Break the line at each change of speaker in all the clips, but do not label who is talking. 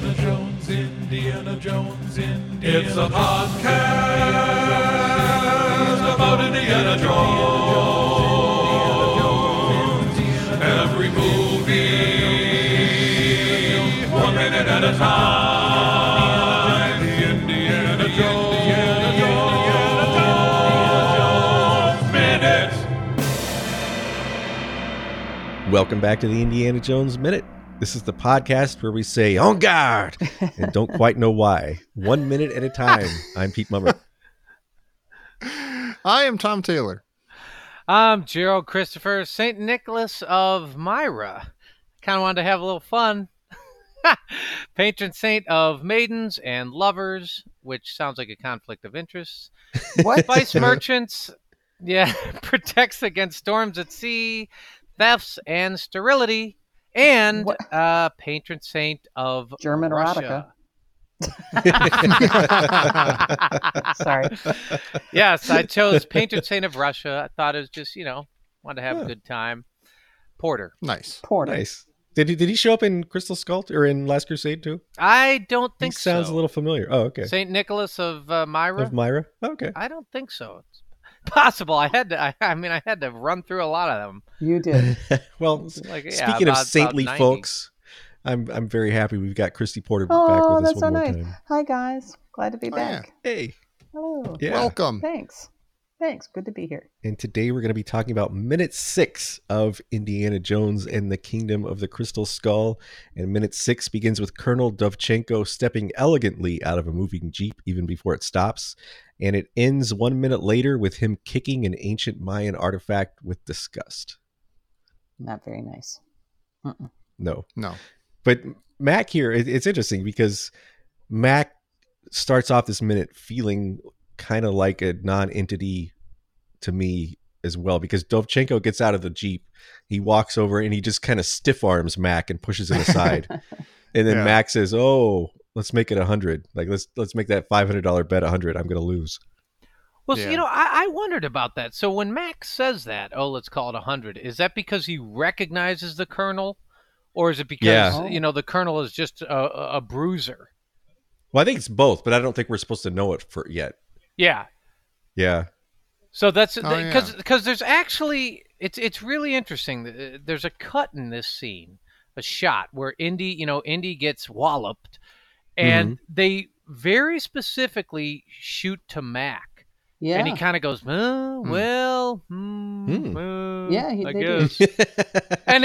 Jones, Indiana Jones, Indiana It's a podcast about Indiana Jones. Every movie, one minute at a time. Indiana Jones, Indiana Jones, Indiana Jones, minutes.
Welcome back to the Indiana Jones Minute. This is the podcast where we say "On guard" and don't quite know why. One minute at a time. I'm Pete Mummer.
I am Tom Taylor.
I'm Gerald Christopher, St. Nicholas of Myra. Kind of wanted to have a little fun. Patron saint of maidens and lovers, which sounds like a conflict of interest.
What?
Vice merchants, yeah, protects against storms at sea, thefts, and sterility. And
What?
uh, patron saint of
German
Russia.
erotica. Sorry.
yes, I chose patron saint of Russia. I thought it was just, you know, wanted to have
Yeah.
a good time. Porter.
nice.
Porter.
Nice. Did he, did he show up in Crystal Skull or in Last Crusade too?
I don't
He
think
sounds
so.
a little familiar. Oh, okay.
Saint Nicholas of uh, Myra.
Of Myra. Oh, okay.
I don't think so. It's possible. I had to. I, I mean, I had to run through a lot of them.
You did.
well, s-
Like yeah,
speaking
about-
of saintly
about 90.
folks, I'm I'm very happy we've got Christy Porter back
oh,
with us
that's
one
so
more
nice.
time.
Hi guys. Glad to be
Oh, yeah.
back.
Hey.
Hello.
Yeah.
Welcome.
Thanks. Thanks. Good to be here.
And today we're going to be talking about minute six of Indiana Jones and the Kingdom of the Crystal Skull. And minute six begins with Colonel Dovchenko stepping elegantly out of a moving jeep even before it stops. And it ends one minute later with him kicking an ancient Mayan artifact with disgust.
Not very nice.
No.
No.
But Mac here, it, it's interesting because Mac starts off this minute feeling kind of like a non-entity to me as well because Dovchenko gets out of the jeep, he walks over and he just kind of stiff arms Mac and pushes him aside, and then
Yeah.
Mac says, "Oh, let's make it a hundred. Like let's let's make that five hundred dollar bet a hundred. I'm gonna lose."
Well,
Yeah.
so, you know, I, I wondered about that. So when Max says that, oh, let's call it hundred, is that because he recognizes the colonel, or is it because
Yeah.
Oh.
you know the colonel is just a, a a bruiser?
Well, I think it's both, but I don't think we're supposed to know it for yet.
Yeah.
Yeah,
So that's
Oh, yeah.
because because there's actually it's it's really interesting. Uh, There's a cut in this scene, a shot where Indy you know Indy gets walloped, and
Mm-hmm.
they very specifically shoot to Mac,
Yeah.
and he kind of goes, "Uh, well, hmm,
Hmm.
uh,
Yeah, he-
I
they do.
guess. and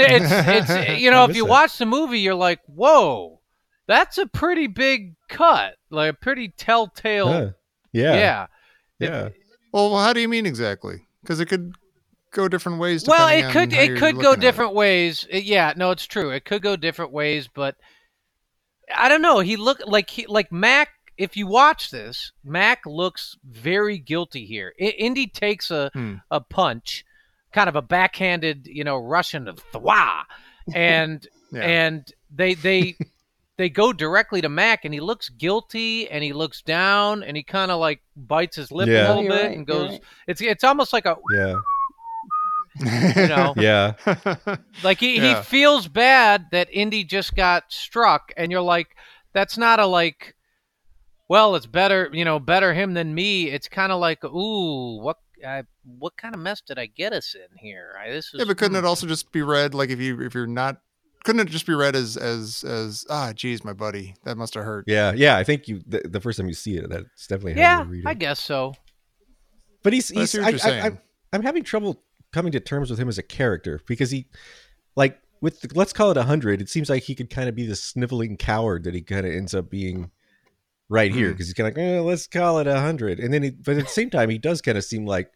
it's it's you know
I
if
miss
you
that.
watch the movie, you're like, whoa, that's a pretty big cut, like a pretty telltale.
Huh.
Yeah.
yeah,
It-
yeah.
Well, how do you mean exactly? Because it could go different ways.
Well,
depending
it
on
could
how
it
you're
could go
looking at it.
different ways. Uh, Yeah, no, it's true. It could go different ways, but I don't know. He looked like he like Mac. If you watch this, Mac looks very guilty here. I, Indy takes a
Hmm.
a punch, kind of a backhanded, you know, Russian of thwa, and
Yeah.
and they they they go directly to Mac, and he looks guilty, and he looks down, and he kind of like bites his lip
Yeah.
a
No,
little
you're
bit
right,
and
you're
goes.
right.
It's it's almost like a
yeah,
you know.
yeah.
Like he,
Yeah.
he feels bad that Indy just got struck, and you're like, that's not a like, well, it's better, you know, better him than me. It's kind of like, ooh, what, I, what kind of mess did I get us in here? I, this is, hmm.
yeah, but couldn't it also just be read like if you if you're not couldn't it just be read as as as ah geez my buddy that must have hurt.
Yeah, yeah. I think you the, the first time you see it, that's definitely how
yeah,
you read it.
I guess so.
but he's,
But I
he's
see what
I,
you're
I-
saying.
I'm, I'm having trouble coming to terms with him as a character because he, like, with the, let's call it hundred. It seems like he could kind of be the sniveling coward that he kind of ends up being, right here
Hmm.
because he's kind of like, eh, let's call it hundred, and then he, but at the same time he does kind of seem like,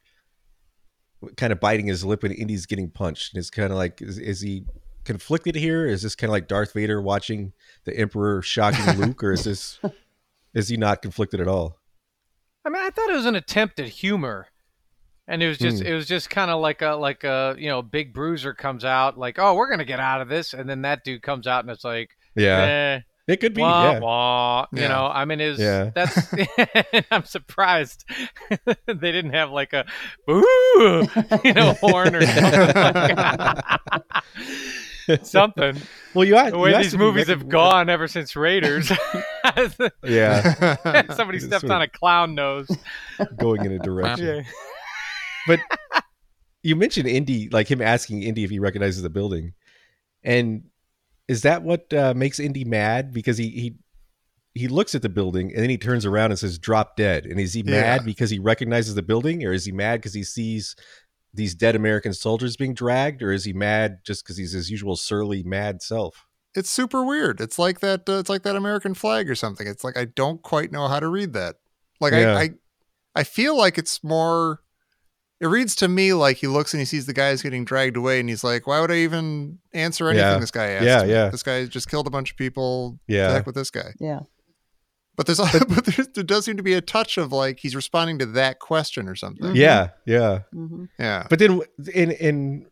kind of biting his lip when Indy's getting punched, and it's kind of like, is, is he conflicted here? Is this kind of like Darth Vader watching the Emperor shocking Luke, or is this, is he not conflicted at all?
I mean, I thought it was an attempt at humor, and it was just,
Hmm.
it was just kind of like a, like a, you know, big bruiser comes out, like, oh, we're gonna get out of this, and then that dude comes out, and it's like, eh.
It could be,
wah,
yeah.
wah. You
Yeah.
know, I mean, is
Yeah.
that's I'm surprised they didn't have like a boo, you know, horn or something. like that. something.
well, you, a-
The
you
way
asked
these
if we
movies have
recognize-
gone ever since Raiders.
Yeah,
Somebody
It's
stepped
sort of-
on a clown nose.
going in a direction.
Yeah.
You mentioned Indy, like him asking Indy if he recognizes the building, and is that what uh, makes Indy mad? Because he he he looks at the building and then he turns around and says, "Drop dead." And is he
Yeah.
mad because he recognizes the building, or is he mad because he sees these dead American soldiers being dragged, or is he mad just because he's his usual surly mad self?
it's super weird. It's like that. Uh, it's like that American flag or something. It's like I don't quite know how to read that. Like
Yeah.
I, I, I feel like it's more. It reads to me like he looks and he sees the guys getting dragged away, and he's like, "Why would I even answer anything
Yeah.
this guy asked?
Yeah,
me?
yeah.
This guy just killed a bunch of people. Yeah.
Yeah,
heck with this guy."
Yeah.
But there's, but there's, there does seem to be a touch of like he's responding to that question or something.
Mhm.
yeah,
Mm-hmm.
yeah.
hmm
Yeah.
But then in in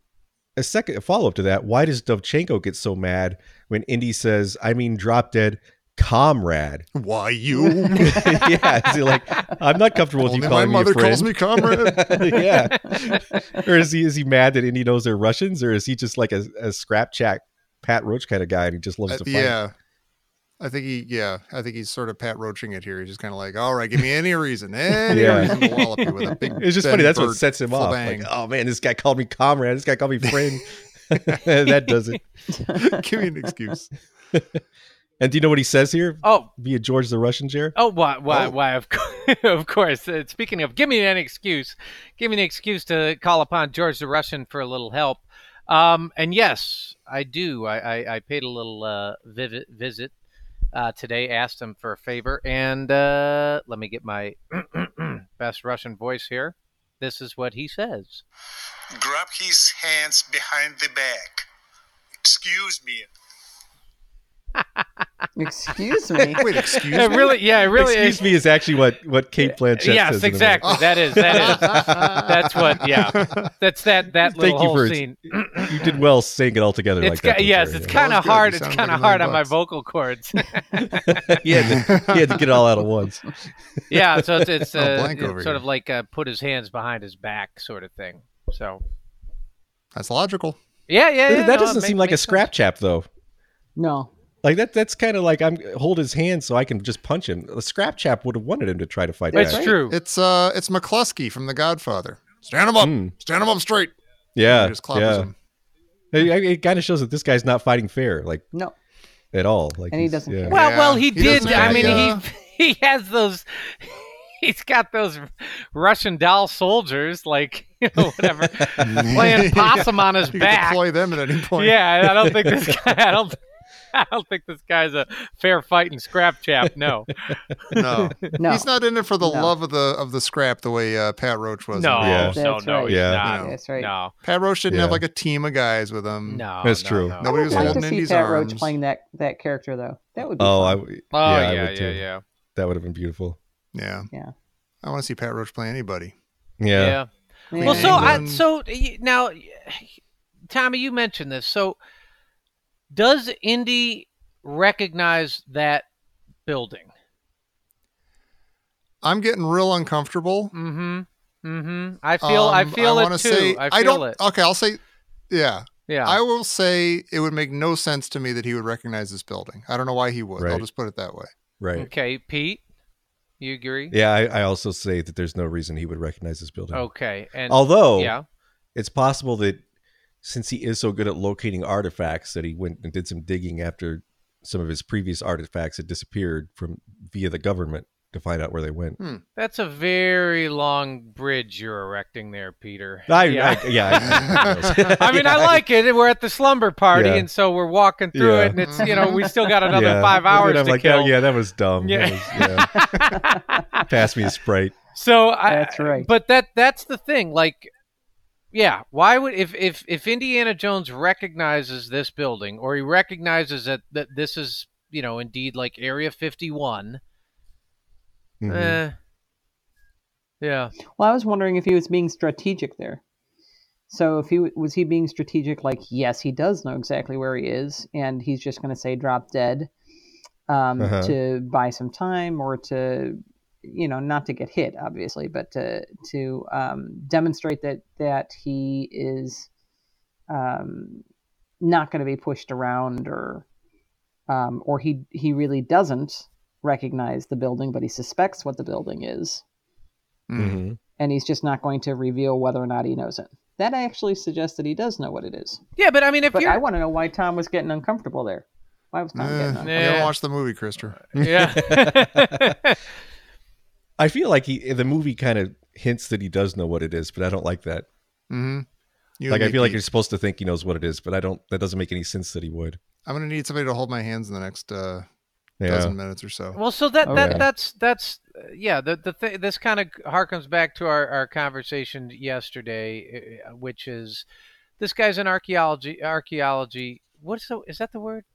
a second follow up to that, why does Dovchenko get so mad when Indy says, "I mean, drop dead, comrade"?
Why you?
yeah, is he like, "I'm not comfortable with
Only
you
my
calling me
mother
a friend."
calls me comrade.
yeah, or is he is he mad that Indy knows they're Russians, or is he just like a, a scrap chat Pat Roach kind of guy and he just loves
Uh,
to fight?
yeah. I think he, yeah, I think he's sort of Pat Roaching it here. He's just kind of like, all right, give me any reason, any
Yeah.
reason to wallop you with a big.
It's just
Ben
funny. That's what
Burtt
sets him off. Like,
flabang.
oh man, this guy called me comrade. This guy called me friend. that does it.
give me an excuse.
And do you know what he says here?
Oh,
Be a George the Russian chair.
Oh, why, why,
Oh.
why? Of, cour- of course. Uh, speaking of, give me an excuse. Give me an excuse to call upon George the Russian for a little help. Um, and yes, I do. I, I, I paid a little uh, vivi- visit uh, today. Asked him for a favor, and uh, let me get my best Russian voice here. This is what he says.
grab his hands behind the back. Excuse me.
Excuse me.
Wait, excuse
Yeah, really? Yeah, it really. uh,
Excuse me is actually what what Kate Blanchett
yes,
says. in a minute.
exactly. That is. That is. That's what. Yeah. That's that. That
Thank
little
you
whole
for-
scene.
you did well saying it all together
It's
like
ki-
that. though,
yes,
Jerry.
it's
Yeah.
kind
That was
of
good. You
hard. It's
sound
kind
like
of
a
hard on my
lunchbox.
vocal cords.
he, had to, he had to get it all out at once.
yeah, so it's, it's,
Oh,
uh,
blank
it's
over
sort of
here.
like uh, put his hands behind his back, sort of thing. So
That's logical.
yeah, yeah, yeah
that
no, it
doesn't
ma-
seem like a
makes
scrap
sense.
chap though.
No.
Like that that's kind of like I'm hold his hand so I can just punch him. A scrap chap would have wanted him to try to fight
It's
back.
true.
It's uh, it's McCluskey from The Godfather. Stand him up,
Mm,
stand him up straight.
yeah.
He just clobbers
yeah.
him.
It, it kind of shows that this guy's not fighting fair like
No.
at all. Like
And he
he's-
doesn't
yeah.
care.
well,
Yeah,
well, he,
he
did.
doesn't
I
have
mean,
a- uh,
he he has those. He's got those Russian doll soldiers, like you know, whatever, playing possum on his
You can
back.
deploy them at any point.
Yeah, I don't think this guy. I don't. I don't think this guy's a fair fighting scrap chap. No.
No.
No.
He's not in it for the
No.
love of the of the scrap the way uh, Pat Roach was.
No,
Yeah.
no,
That's
no,
right.
he's
Yeah.
not.
That's right.
No,
Pat Roach didn't have
Yeah.
like a team of guys with him.
no,
Mm, That's
no,
true.
No.
Nobody
I'd
was
like
holding
to
in
see
his
Pat
arms.
Roach playing that that character though. That would be.
Oh, I
fun.
w-
Oh yeah,
I
yeah,
would
yeah,
too.
yeah,
That would have been beautiful.
Yeah.
Yeah.
I want to see Pat Roach play anybody.
Yeah.
Yeah.
Well, so I,
England.
so y- now, Tommy, you mentioned this. So, does Indy recognize that building?
I'm getting real uncomfortable.
Mm-hmm. Mm-hmm. I feel. I
Um,
feel it
wanna
too.
Say,
I feel
don't.
it.
Okay, I'll say. Yeah,
Yeah.
I will say it would make no sense to me that he would recognize this building. I don't know why he would. I'll
Right.
just put it that way.
Right.
okay, Pete. You agree?
Yeah, I, I also say that there's no reason he would recognize this building.
Okay. Oh, And
Although
yeah.
it's possible that since he is so good at locating artifacts that he went and did some digging after some of his previous artifacts had disappeared from via the government to find out where they went.
That's a very long bridge you're erecting there, Peter.
I,
yeah.
I, yeah, I-
I mean, I like it. We're at the slumber party,
Yeah.
and so we're walking through
Yeah.
it, and it's you know we still got another
Yeah.
five
And
hours
I'm
to
like,
kill.
"Oh, yeah, that was dumb.
Yeah.
That was- yeah. Pass me a sprite.
so I,
That's right.
But that that's the thing. Like, yeah, why would if if if Indiana Jones recognizes this building, or he recognizes that that this is you know indeed like Area Fifty One?
Mhm.
Eh, yeah.
Well, I was wondering if he was being strategic there. So if he w- was he being strategic, like yes, he does know exactly where he is, and he's just going to say drop dead um,
Uh-huh.
to buy some time or to, you know, not to get hit, obviously, but to to um, demonstrate that that he is um, not going to be pushed around or um, or he he really doesn't recognize the building but he suspects what the building is
Mm.
Mhm.
and he's just not going to reveal whether or not he knows it that actually suggests that he does know what it is
Yeah, but I mean, if
but
you're
i want to know why tom was getting uncomfortable there why was tom getting
Eh, we
uncomfortable
gotta
Yeah.
watch the movie, Krister.
yeah.
I feel like he, the movie kind of hints that he does know what it is, but I don't like that.
Mm-hmm. You
like
and
I
me,
feel like
Pete.
you're supposed to think he knows what it is, but I don't. That doesn't make any sense that he would.
I'm gonna need somebody to hold my hands in the next uh,
Yeah.
dozen minutes or so.
Well, so that
Oh,
that
yeah.
that's that's uh, yeah. The the th- this kind of harkens back to our our conversation yesterday, uh, which is this guy's an archaeology archaeology. What's the is that the word?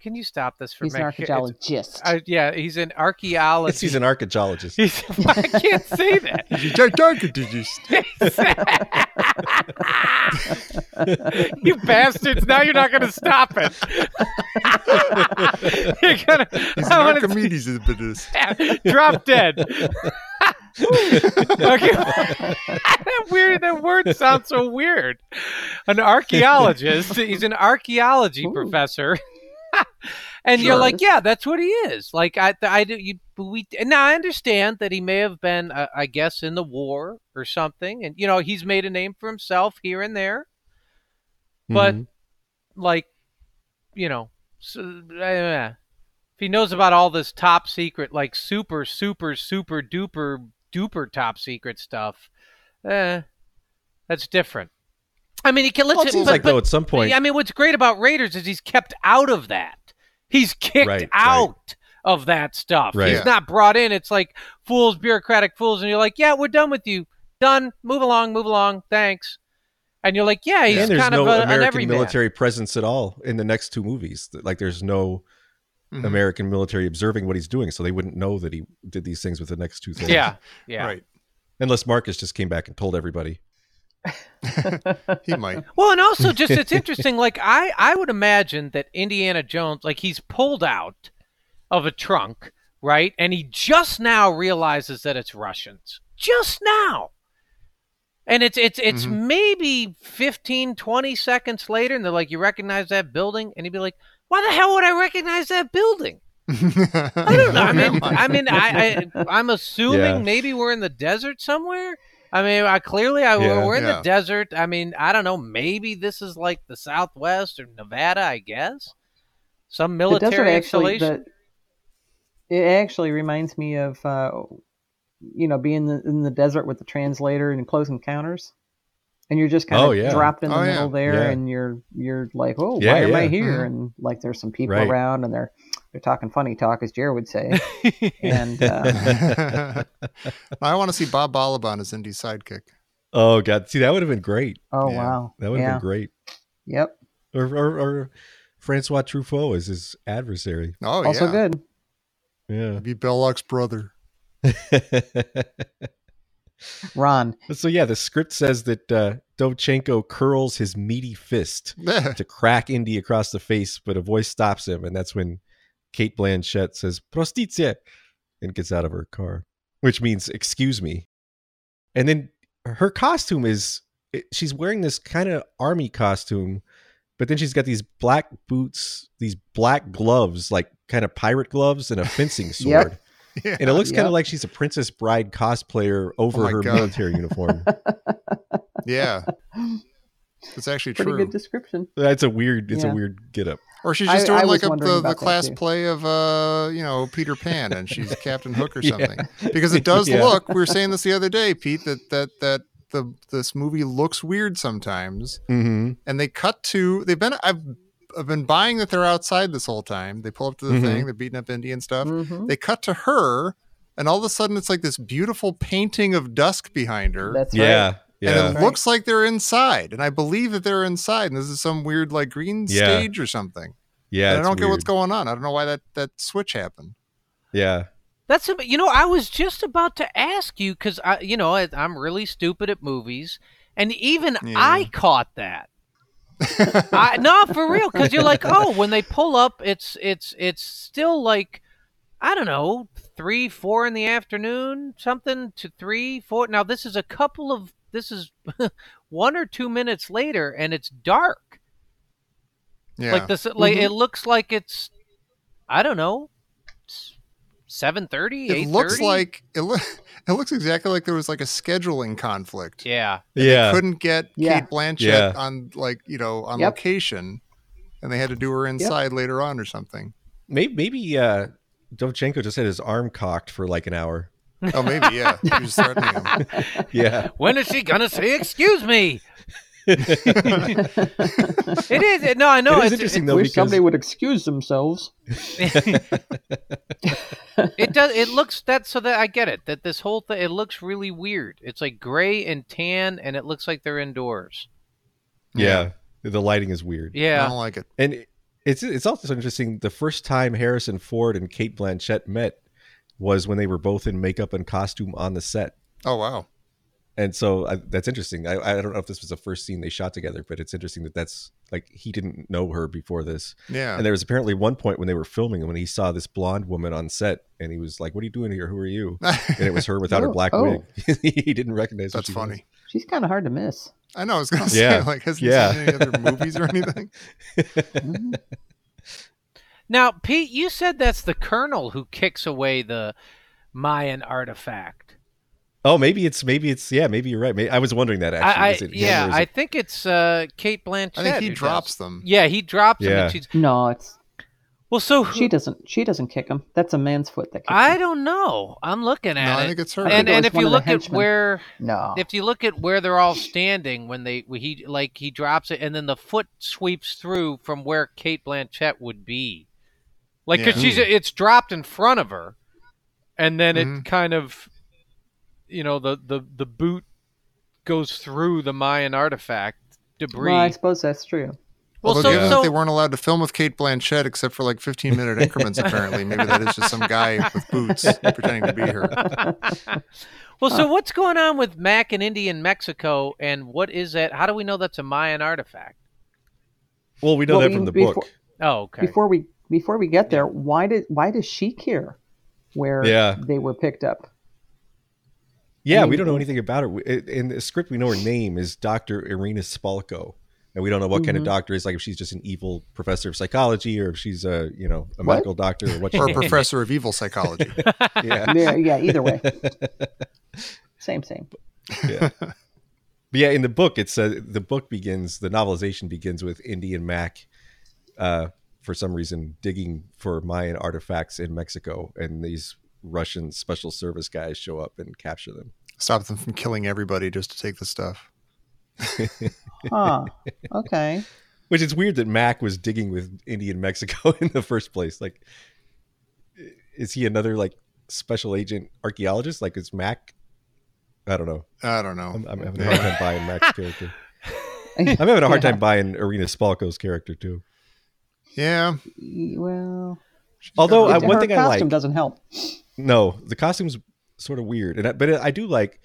Can you stop this for
he's
me?
an
I can't-
archaeologist
I- yeah, he's an
Yes,
archaeologist.
he's an archaeologist.
He's, I can't say that. you bastards! Now you're not going to stop it. you're gonna.
He's an
I wanna-
Archimedes of this.
Drop dead. okay. that weird. That word sounds so weird. An archaeologist. He's an archaeology
Ooh.
professor. and you're
Sure.
like, yeah, that's what he is. Like I, I do. You, but we and now I understand that he may have been, uh, I guess, in the war or something, and you know he's made a name for himself here and there. But
Mhm.
like, you know, so, uh, if he knows about all this top secret, like super, super, super duper, duper top secret stuff, eh, that's different. I mean, he can
Well,
listen.
it seems
but,
like
but-
though at some point,
I mean, what's great about Raiders is he's kept out of that. He's kicked
Right, right.
out of that stuff.
Right.
He's
Yeah.
not brought in. It's like fools, bureaucratic fools, and you're like, yeah, we're done with you. Done. Move along. Move along. Thanks. And you're like, yeah, he's
and there's
kind
no
of a, an
American
everyman.
military presence at all in the next two movies. Like there's no
Mhm.
American military observing what he's doing, so they wouldn't know that he did these things with the next two things.
Yeah. Yeah.
Right.
unless Marcus just came back and told everybody.
He might.
Well, and also just it's interesting. Like I, I would imagine that Indiana Jones, like he's pulled out of a trunk, right? And he just now realizes that it's Russians. Just now. And it's it's it's maybe 15, 20 seconds later, and they're like, "You recognize that building?" And he'd be like, "Why the hell would I recognize that building?" I don't know. I mean, I mean, I, I I'm assuming
Yeah.
maybe we're in the desert somewhere. I mean, I clearly I
Yeah.
we're in
Yeah.
the desert. I mean, I don't know. Maybe this is like the Southwest or Nevada. I guess some
the desert
military
actually
installation.
the, it actually reminds me of uh, you know being in the, in the desert with the translator and close encounters and you're just kind of
Oh, yeah.
dropped in the
Oh, yeah.
middle there
Yeah.
and you're you're like oh
Yeah,
why am i
yeah.
Mm-hmm.
here and like there's some people
Right.
around and they're they're talking funny talk as jared would say and uh,
I want to see Bob Balaban as Indy's sidekick.
Oh God, see that would have been great.
oh
Yeah,
wow
That would have
yeah
been great.
yep
Or, or, or Francois Truffaut is his adversary.
Oh,
also
yeah.
good
Yeah.
He'd be Belloc's brother.
ron
so yeah, the script says that uh, Dovchenko curls his meaty fist to crack Indy across the face, but a voice stops him, and that's when Kate Blanchett says "Prostitzie" and gets out of her car, which means "Excuse me." And then her costume is it- she's wearing this kind of army costume, but then she's got these black boots, these black gloves, like kind of pirate gloves, and a fencing
Yep.
sword.
Yeah.
And it looks kind
Yep.
of like she's a Princess Bride cosplayer over
Oh my
her
God.
military uniform.
yeah. It's actually
pretty
true.
good description
That's a weird. It's a
Yeah.
weird getup.
Or she's
I-
just doing
I
like
was
a,
wondering
the,
about
the
that,
class
too.
play of uh, you know, Peter Pan and she's Captain Hook or
Yeah.
something. Because it does
Yeah.
look, we were saying this the other day, Pete, that that that the this movie looks weird sometimes.
Mm-hmm.
And they cut to they've been I've I've been buying that they're outside this whole time. They pull up to the
Mhm.
Mm-hmm.
thing, they're beating up Indian stuff.
hmm
They cut to her, and all of a sudden it's like this beautiful painting of dusk behind her.
that's
Yeah. Yeah.
And it
Right.
looks like they're inside, and I believe that they're inside, and this is some weird like green
Yeah.
stage or something.
Yeah,
and I
it's
don't get what's
weird.
going on. I don't know why that that switch happened.
Yeah,
That's a, you know I was just about to ask you because I you know I, I'm really stupid at movies and even
Yeah.
I caught that. I, no, for real, because you're like, oh, when they pull up, it's it's it's still like, I don't know, three, four in the afternoon, something to three, four. Now this is a couple of this is one or two minutes later, and it's dark.
Yeah. Mm-hmm.
Like this, like
Mhm.
it looks like it's, I don't know, seven thirty, eight
it
thirty.
looks like it, loo- it looks exactly like there was like a scheduling conflict.
yeah,
yeah.
Couldn't get
Yeah.
Kate
Yeah.
Blanchett on like, you know, on
Yep.
location and they had to do her inside later on or something.
Maybe, maybe uh, Dovchenko just had his arm cocked for like an hour.
Oh, maybe, yeah. He was threatening him.
Yeah.
when is she gonna say excuse me? it is no, I know
it is
it's,
interesting
it,
though
Wish
because
somebody would excuse themselves.
it does. It looks that so that I get it that this whole thing it looks really weird. It's like gray and tan, and it looks like they're indoors.
yeah, the lighting is weird.
I
Yeah,
don't like it.
And it- it's it's also interesting. The first time Harrison Ford and Kate Blanchett met was when they were both in makeup and costume on the set.
Oh, wow.
And so I, that's interesting. I, I don't know if this was the first scene they shot together, but it's interesting that that's like he didn't know her before this.
Yeah.
And there was apparently one point when they were filming when he saw this blonde woman on set and he was like, What are you doing here? Who are you? And it was her without her
Oh,
black
oh.
wig. he didn't recognize who
That's
she was.
funny.
She's kind of hard to miss.
I know. I was gonna say
Yeah.
like hasn't
Yeah.
seen any other movies or anything.
Mhm.
Now, Pete, you said that's the colonel who kicks away the Mayan artifact.
Oh, maybe it's maybe it's yeah, maybe you're right. May I was wondering that actually.
I, I
Is it him or
yeah,
is
I
it-
think it's uh, Kate Blanchett.
I think he
who does.
drops them.
Yeah, he drops them.
Yeah.
And she's,
no, it's
well, so who,
she doesn't. She doesn't kick him. That's a man's foot that kicks
I
him.
don't know. I'm looking
No,
at
I
it.
think it's her.
and
it
and
was
if
one
you
of the
look at
henchmen.
where
No.
if you look at where they're all standing when they when he like he drops it and then the foot sweeps through from where Kate Blanchett would be, like because
Yeah.
she's it's dropped in front of her, and then
Mhm.
it kind of, you know, the the the boot goes through the Mayan artifact debris.
Well, I suppose that's true.
Well,
Although
so
given that
so
they weren't allowed to film with Kate Blanchett except for like 15 minute increments, apparently. Maybe that is just some guy with boots pretending to be her.
well, so what's going on with Mac and Indy in Mexico, and what is that? How do we know that's a Mayan artifact?
well, we know
Well,
that from
we-
the
before-
book.
Oh, okay.
Before we before we get there, why did why does she care where
Yeah.
they were picked up?
Yeah,
I
we
mean,
don't know
it-
anything about her. We- it- In the script, we know her name is Dr. Irina Spalko. And we don't know what kind of
Mhm.
doctor is like if she's just an evil professor of psychology or if she's a, you know, a
What?
medical doctor or what she
Or a professor of evil psychology.
yeah.
Yeah, yeah, either way. same, same.
yeah. But yeah, in the book, it's uh, the book begins, the novelization begins with Indy and Mac, uh, for some reason, digging for Mayan artifacts in Mexico. And these Russian special service guys show up and capture them.
Stop them from killing everybody just to take the stuff.
Huh. Okay.
Which it's weird that Mac was digging with Indy in Mexico in the first place. Like, is he another like special agent archaeologist? Like, is Mac? I don't know.
I don't know.
I'm, I'm having a hard time buying Mac's character. I'm having a hard time buying Arena Spalko's character too.
Yeah.
Well,
Although Oh, I,
it-
one
her
thing I
costume
like,
doesn't help.
no, the costume's sort of weird, and I, but I do like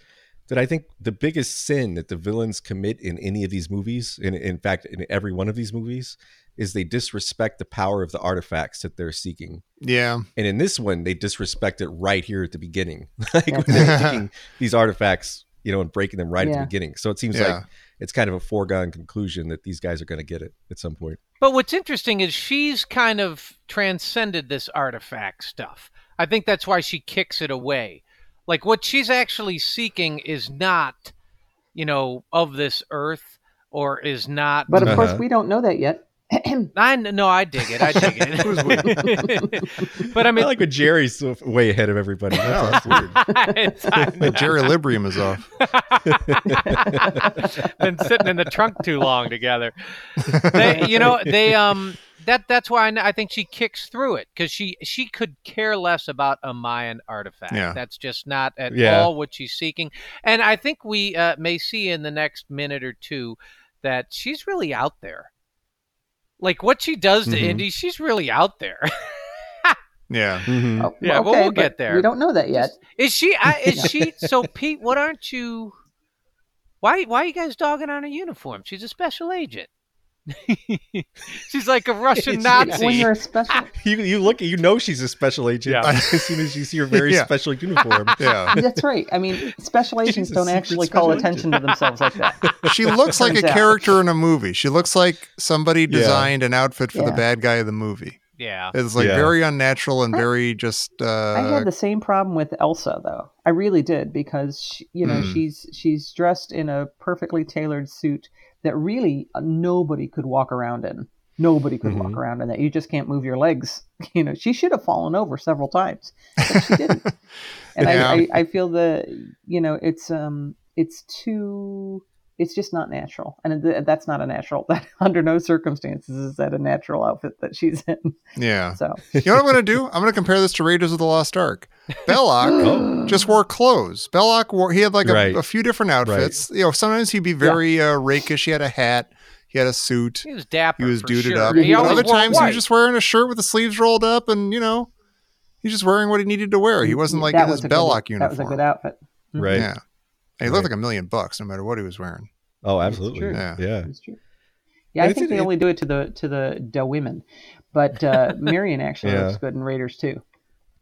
that. I think the biggest sin that the villains commit in any of these movies, and in fact, in every one of these movies, is they disrespect the power of the artifacts that they're seeking.
Yeah.
And in this one, they disrespect it right here at the beginning. like
Yeah.
when they're taking these artifacts, you know, and breaking them right at
Yeah.
the beginning. So it seems
Yeah.
like it's kind of a foregone conclusion that these guys are going to get it at some point.
But what's interesting is she's kind of transcended this artifact stuff. I think that's why she kicks it away. Like what she's actually seeking is not, you know, of this earth or is not.
But of course,
Uh-huh.
we don't know that yet. Oh,
I kn- no, I dig it. I dig it. but I
I,
mean,
like when Jerry's so way ahead of everybody.
Yeah,
That's
that's weird.
it's-
The
I've
gerilibrium is off.
been sitting in the trunk too long together. They, you know, they um that that's why I, kn- I think she kicks through it because she she could care less about a Mayan artifact.
Yeah.
That's just not at
Yeah.
all what she's seeking. And I think we uh, may see in the next minute or two that she's really out there. Like what she does to
Mhm.
Indy, she's really out there.
Yeah.
Mhm.
Oh,
Yeah, well, we'll
but
get there.
We don't know that yet.
Is she? I, is she? So Pete, what aren't you? Why? Why are you guys dogging on her uniform? She's a special agent. She's like a Russian
It's-
When
Nazi.
you're a special,
You you look you know she's a special agent
Yeah.
as soon as you see her very
Yeah.
special uniform.
Yeah.
that's right. I mean, special agents
She's a
don't
secret
actually call
special
attention to themselves like that.
She looks like a
Turns out.
character in a movie. She looks like somebody
Yeah.
designed an outfit for the
Yeah.
bad guy of the movie.
Yeah.
It's like
Yeah.
very unnatural and very just
I
uh
had the same problem with Elsa though. I really did because she, you know
Hmm.
she's she's dressed in a perfectly tailored suit that really uh, nobody could walk around in. Nobody could walk
Mhm.
around in that. You just can't move your legs. You know, she should have fallen over several times, but she
uh,
didn't. and
Yeah.
I, I, I feel the you know it's um it's too it's just not natural, and th- that's not a natural. That under no circumstances is that a natural outfit that she's in.
yeah.
So
You know what I'm going to do? I'm going to compare this to Raiders of the Lost Ark. Belloc
Oh.
just wore clothes. Belloc wore he had like a,
Right.
a few different outfits. You know, sometimes he'd be very uh, rakish. He had a hat. He had a suit.
He was dapper.
He was
for
duded
sure.
up.
Yeah,
He
But
But
always
other
wore
times he
white.
was just wearing a shirt with the sleeves rolled up, and you know, he's just wearing what he needed to wear. He wasn't like
that
in
was
his
a good-
Belloc
That
uniform.
was a good outfit.
Right.
Yeah. And he looked
Right.
like a million bucks no matter what he was wearing.
Oh, absolutely.
true.
Yeah.
Yeah.
That's true. Yeah,
And
I
it's
think
an-
they only do it to the to the the women, but uh, Marion actually
Yeah.
looks good in Raiders too.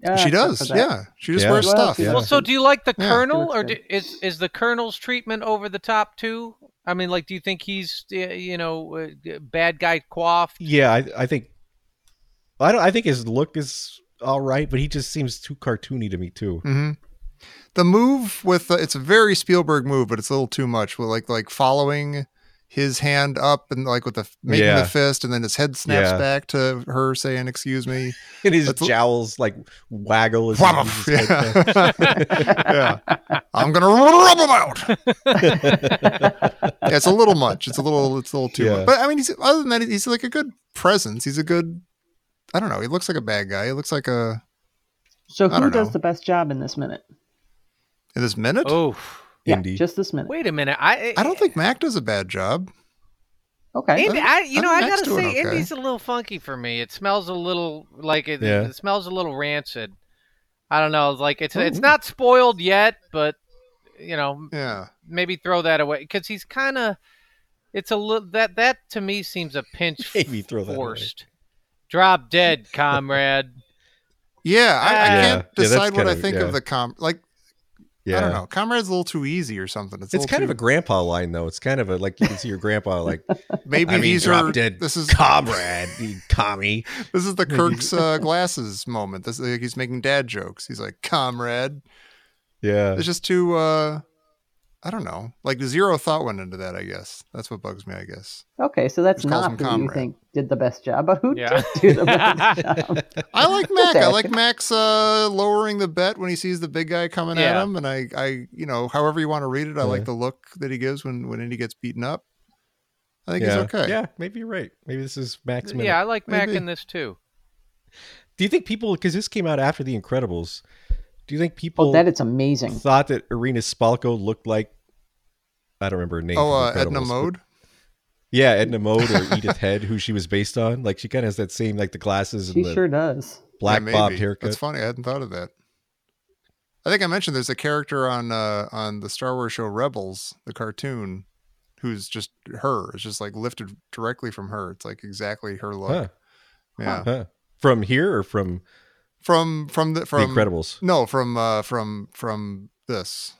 Uh,
she
except
does.
for that.
Yeah. She just
Yeah.
wears
Well,
stuff.
she
Yeah.
Well, so do you like the
Yeah.
colonel,
He
or
looks
do,
good.
is is the colonel's treatment over the top too? I mean, like, do you think he's uh, you know uh, bad guy quaff?
Yeah, I I think I don't I think his look is all right, but he just seems too cartoony to me too.
hmm The move with the, it's a very Spielberg move, but it's a little too much. With like like following his hand up and like with the making
Yeah.
the fist, and then his head snaps
Yeah.
back to her saying "Excuse me."
And his
That's-
jowls like waggle as he uses his head
yeah.
back.
yeah, I'm gonna rub him out. Yeah, it's a little much. It's a little. It's a little too
Yeah.
much. But I mean, he's other than that, he's like a good presence. He's a good. I don't know. He looks like a bad guy. He looks like a
So
I
who
don't
does
know.
the best job in this minute?
in this minute.
Oh,
Yeah,
Indy.
just this minute.
wait a minute. I
I don't think Mac does a bad job.
Okay.
Indy, I, you
I think
know, I
Mac's
gotta
doing
say,
okay.
Indy's a little funky for me. It smells a little like it,
Yeah.
it smells a little rancid. I don't know. Like it's it's
Ooh.
not spoiled yet, but you know,
Yeah.
maybe throw that away because he's kind of. It's a little that that to me seems a pinch
Maybe throw that away.
forced. Drop dead, comrade.
Yeah, I, I
Yeah.
can't
Yeah, that's
decide what
kind
I
of-
think
yeah.
of the com. Like
Yeah.
I don't know, comrade's a little too easy or something. It's,
It's kind of a grandpa line though. It's kind of a like you can see your grandpa like
a maybe
I mean,
these
drop
are
dead
this is
comrade, you commie.
this is the Kirk's uh, glasses moment. This like, he's making dad jokes. He's like comrade.
Yeah.
It's just too. uh I don't know. Like zero thought went into that. I guess that's what bugs me. I guess
Okay, so that's
Just calls
not
him
who you
comrade.
think did the best job, but who
Yeah.
did do the best job?
I like Mac. I
Okay.
like Mac's uh, lowering the bet when he sees the big guy coming at
Yeah.
him, and I, I, you know, however you want to read it, I
Yeah.
like the look that he gives when when Indy gets beaten up. I think
yeah.
he's okay.
Yeah, maybe you're right. Maybe this is Max minute.
Yeah, I like Mac
Maybe.
in this too.
Do you think people because this came out after The Incredibles? Do you think people
Oh, that is amazing.
thought that Irina Spalko looked like I don't remember her name.
Oh, uh,
from Incredibles,
Edna
but-
Mode.
Yeah, Edna Mode or Edith Head, who she was based on. Like she kind of has that same like the glasses and
She
the
sure does.
black
Yeah,
bobbed
maybe. That's
haircut.
funny. I hadn't thought of that. I think I mentioned there's a character on uh, on the Star Wars show Rebels, the cartoon, who's just her. It's just like lifted directly from her. It's like exactly her look.
Huh,
Yeah.
huh. From here or from,
From from the from
The Incredibles?
No, from uh from from this.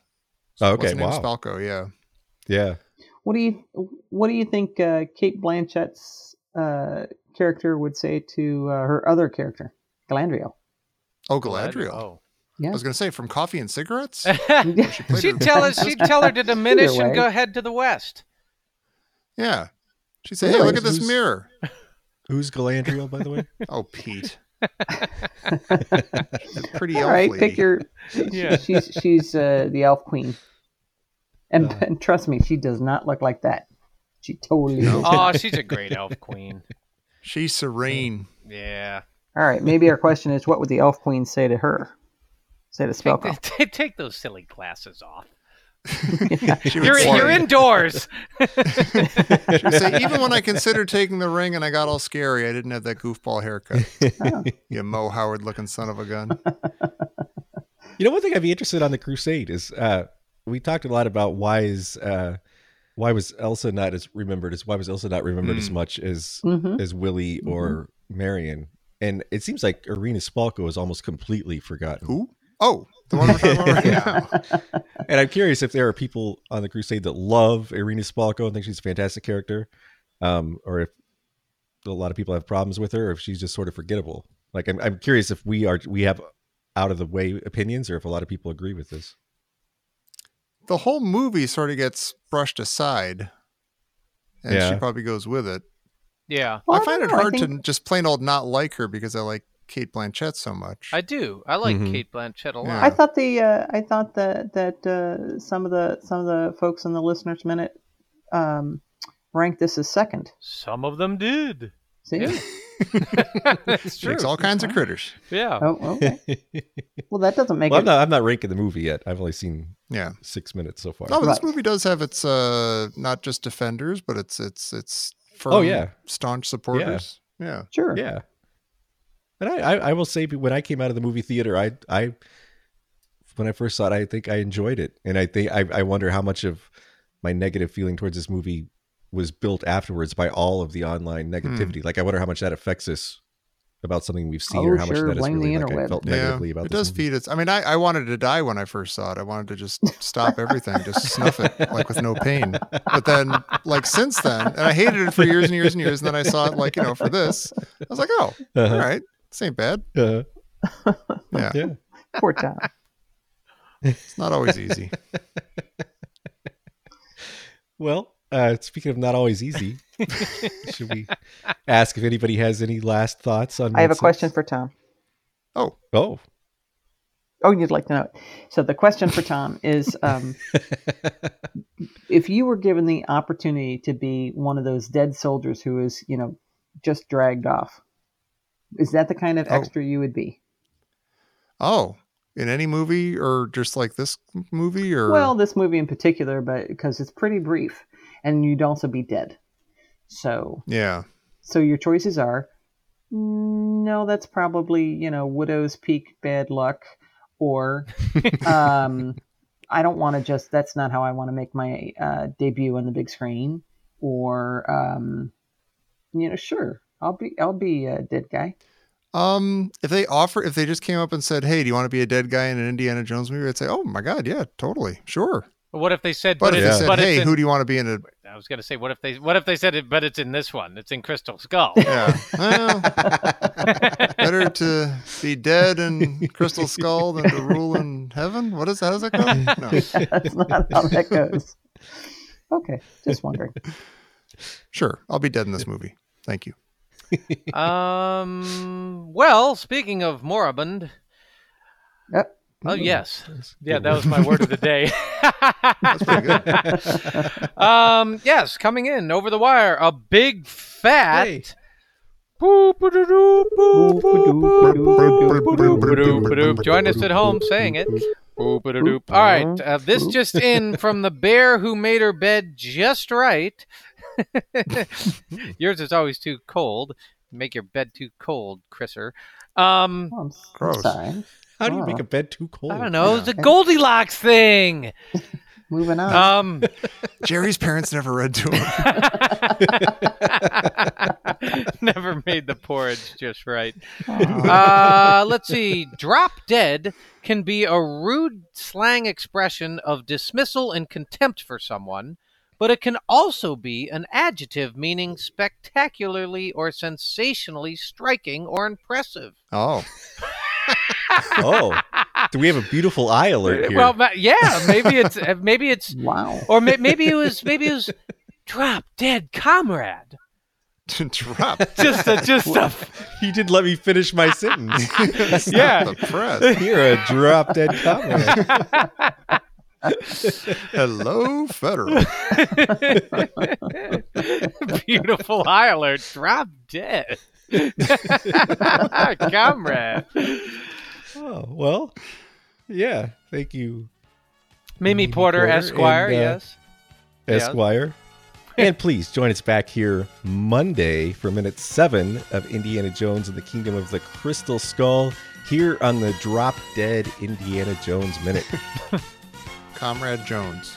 Oh,
What's
okay.
his name?
Wow.
Spalko, yeah.
yeah.
What do you What do you think uh, Kate Blanchett's uh, character would say to uh, her other character, Galadriel?
Oh, Galadriel. I
Yeah.
was gonna say from coffee and cigarettes.
Oh.
Played
she'd
her-
tell us. She'd tell her to diminish
way.
and go head to the west.
yeah. She said, "Hey,
Really?
look at this
Who's-
mirror."
Who's Galadriel, by the way?
Oh, Pete. She's a pretty
All
elf
right,
lady.
pick your.
Yeah.
She's she's uh, the elf queen, and,
Uh.
and trust me, she does not look like that. She totally.
No.
does.
Oh, she's a great elf queen.
She's serene.
Yeah.
All right, maybe our question is, what would the elf queen say to her? Say to
Take,
Spellcraft.
the- take those silly glasses off.
She would
You're,
say-
you're indoors.
She would say, even when I considered taking the ring and I got all scary, I didn't have that goofball haircut. you Mo Howard looking son of a gun.
You know, one thing I'd be interested on the Crusade is uh, we talked a lot about why is uh, why was Elsa not as remembered as why was Elsa not remembered as
Hmm.
much as
hmm
as Willie or Marion? And it seems like Irina Spalko is almost completely forgotten.
Who? Oh, the one we're talking about right now.
And I'm curious if there are people on the crusade that love Irina Spalko and think she's a fantastic character, um, or if a lot of people have problems with her, or if she's just sort of forgettable. Like I'm, I'm curious if we are we have out of the way opinions, or if a lot of people agree with this.
The whole movie sort of gets brushed aside, and
Yeah.
she probably goes with it.
Yeah,
I find it hard to just plain old not like her because I like Kate Blanchett so much.
I do. I like
Mhm.
Kate Blanchett a lot.
Yeah.
I thought the uh, I thought that that uh, some of the some of the folks in the listeners minute um, ranked this as second.
Some of them did.
See?
Yeah. That's
she
true.
makes all kinds of critters.
Yeah.
Oh, okay. well, that doesn't make
well, I'm
it.
not, I'm not ranking the movie yet. I've only seen
Yeah.
six minutes so far.
No, but this
Right.
movie does have its uh not just defenders, but it's it's it's firm,
yeah.
staunch supporters. Yeah.
Sure.
Yeah. And I, I, I will say, when I came out of the movie theater, I, I, when I first saw it, I think I enjoyed it, and I think I, I wonder how much of my negative feeling towards this movie was built afterwards by all of the online negativity. Like, I wonder how much that affects us about something we've seen,
Oh,
or how much
sure,
of that is
blame the
really like I
interweb.
felt
Yeah.
negatively about.
it
this
does
movie.
feed its I mean I, I wanted to die when I first saw it. I wanted to just stop everything, just snuff it like with no pain. But then like since then, and I hated it for years and years and years, and then I saw it like, you know, for this. I was like, Oh, all
Uh-huh.
right, this ain't bad.
Uh,
Yeah.
yeah.
Poor child.
It's not always easy.
Well, uh, speaking of not always easy, should we ask if anybody has any last thoughts on?
I have a
Midsummer?
question for Tom.
Oh,
Oh, you'd like to know it. So the question for Tom is: um, If you were given the opportunity to be one of those dead soldiers who is, you know, just dragged off, is that the kind of
Oh.
extra you would be?
Oh, in any movie or just like this movie or
Well, this movie in particular, but because it's pretty brief, and you'd also be dead. So,
yeah.
so your choices are: no, that's probably you know widow's peak bad luck, or um, I don't want to just. That's not how I want to make my uh, debut on the big screen. Or um, you know, sure, I'll be I'll be a dead guy.
Um, if they offer, if they just came up and said, "Hey, do you want to be a dead guy in an Indiana Jones movie?" I'd say, "Oh my god, yeah, totally, sure."
What if they said?
But
But,
if
it's,
they said,
but
"Hey,
it's in,
who do you want to be in a?"
I was gonna say, what if they? What if they said it? But it's in this one. It's in Crystal Skull.
Yeah, well, better to be dead in Crystal Skull than to rule in heaven. What is that? How's that go? No,
That's not how that goes. Okay, just wondering.
sure, I'll be dead in this movie. Thank you.
um. Well, speaking of moribund.
Yep.
Oh yes, yeah, that was my word of the day.
That's pretty good.
um. Yes, coming in over the wire, a big fat.
Hey.
Join us at home saying it. All right, uh, this just in from the bear who made her bed just right. Yours is always too cold. Make your bed too cold, Chrisser. Um,
Oh, I'm, s- I'm
Gross.
sorry.
How do you make a bed too cold?
I don't know. It's a Goldilocks thing.
Moving on.
Um,
Jerry's parents never read to him.
never made the porridge just right.
Aw.
Uh, let's see. Drop dead can be a rude slang expression of dismissal and contempt for someone, but it can also be an adjective meaning spectacularly or sensationally striking or impressive.
Oh,
Oh, do we have a beautiful eye alert here?
Well, ma- yeah, maybe it's uh, maybe it's
wow.
or may- maybe it was maybe it was drop dead comrade.
drop.
Just a, just a
he didn't let me finish my sentence.
Stop
Yeah.
the press.
You're a drop dead comrade.
Hello, federal.
Beautiful eye alert. Drop dead. Comrade.
Oh well, yeah. Thank you,
Mimi Porter,
Porter
Esquire,
and, uh,
yes. Yeah.
Esquire. And please join us back here Monday for minute seven of Indiana Jones and the Kingdom of the Crystal Skull here on the Drop Dead Indiana Jones Minute.
Comrade Jones.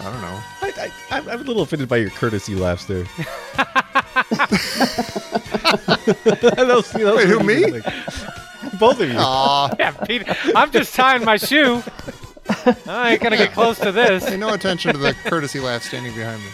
I don't know.
I, I, I'm I'm a little offended by your courtesy laughs there. That was- that was
Wait, who,
really
me? Oh,
good. Both of you.
Aw,
Yeah, Peter, I'm just tying my shoe. I ain't gonna get close to this.
pay no attention to the courtesy laugh standing behind me.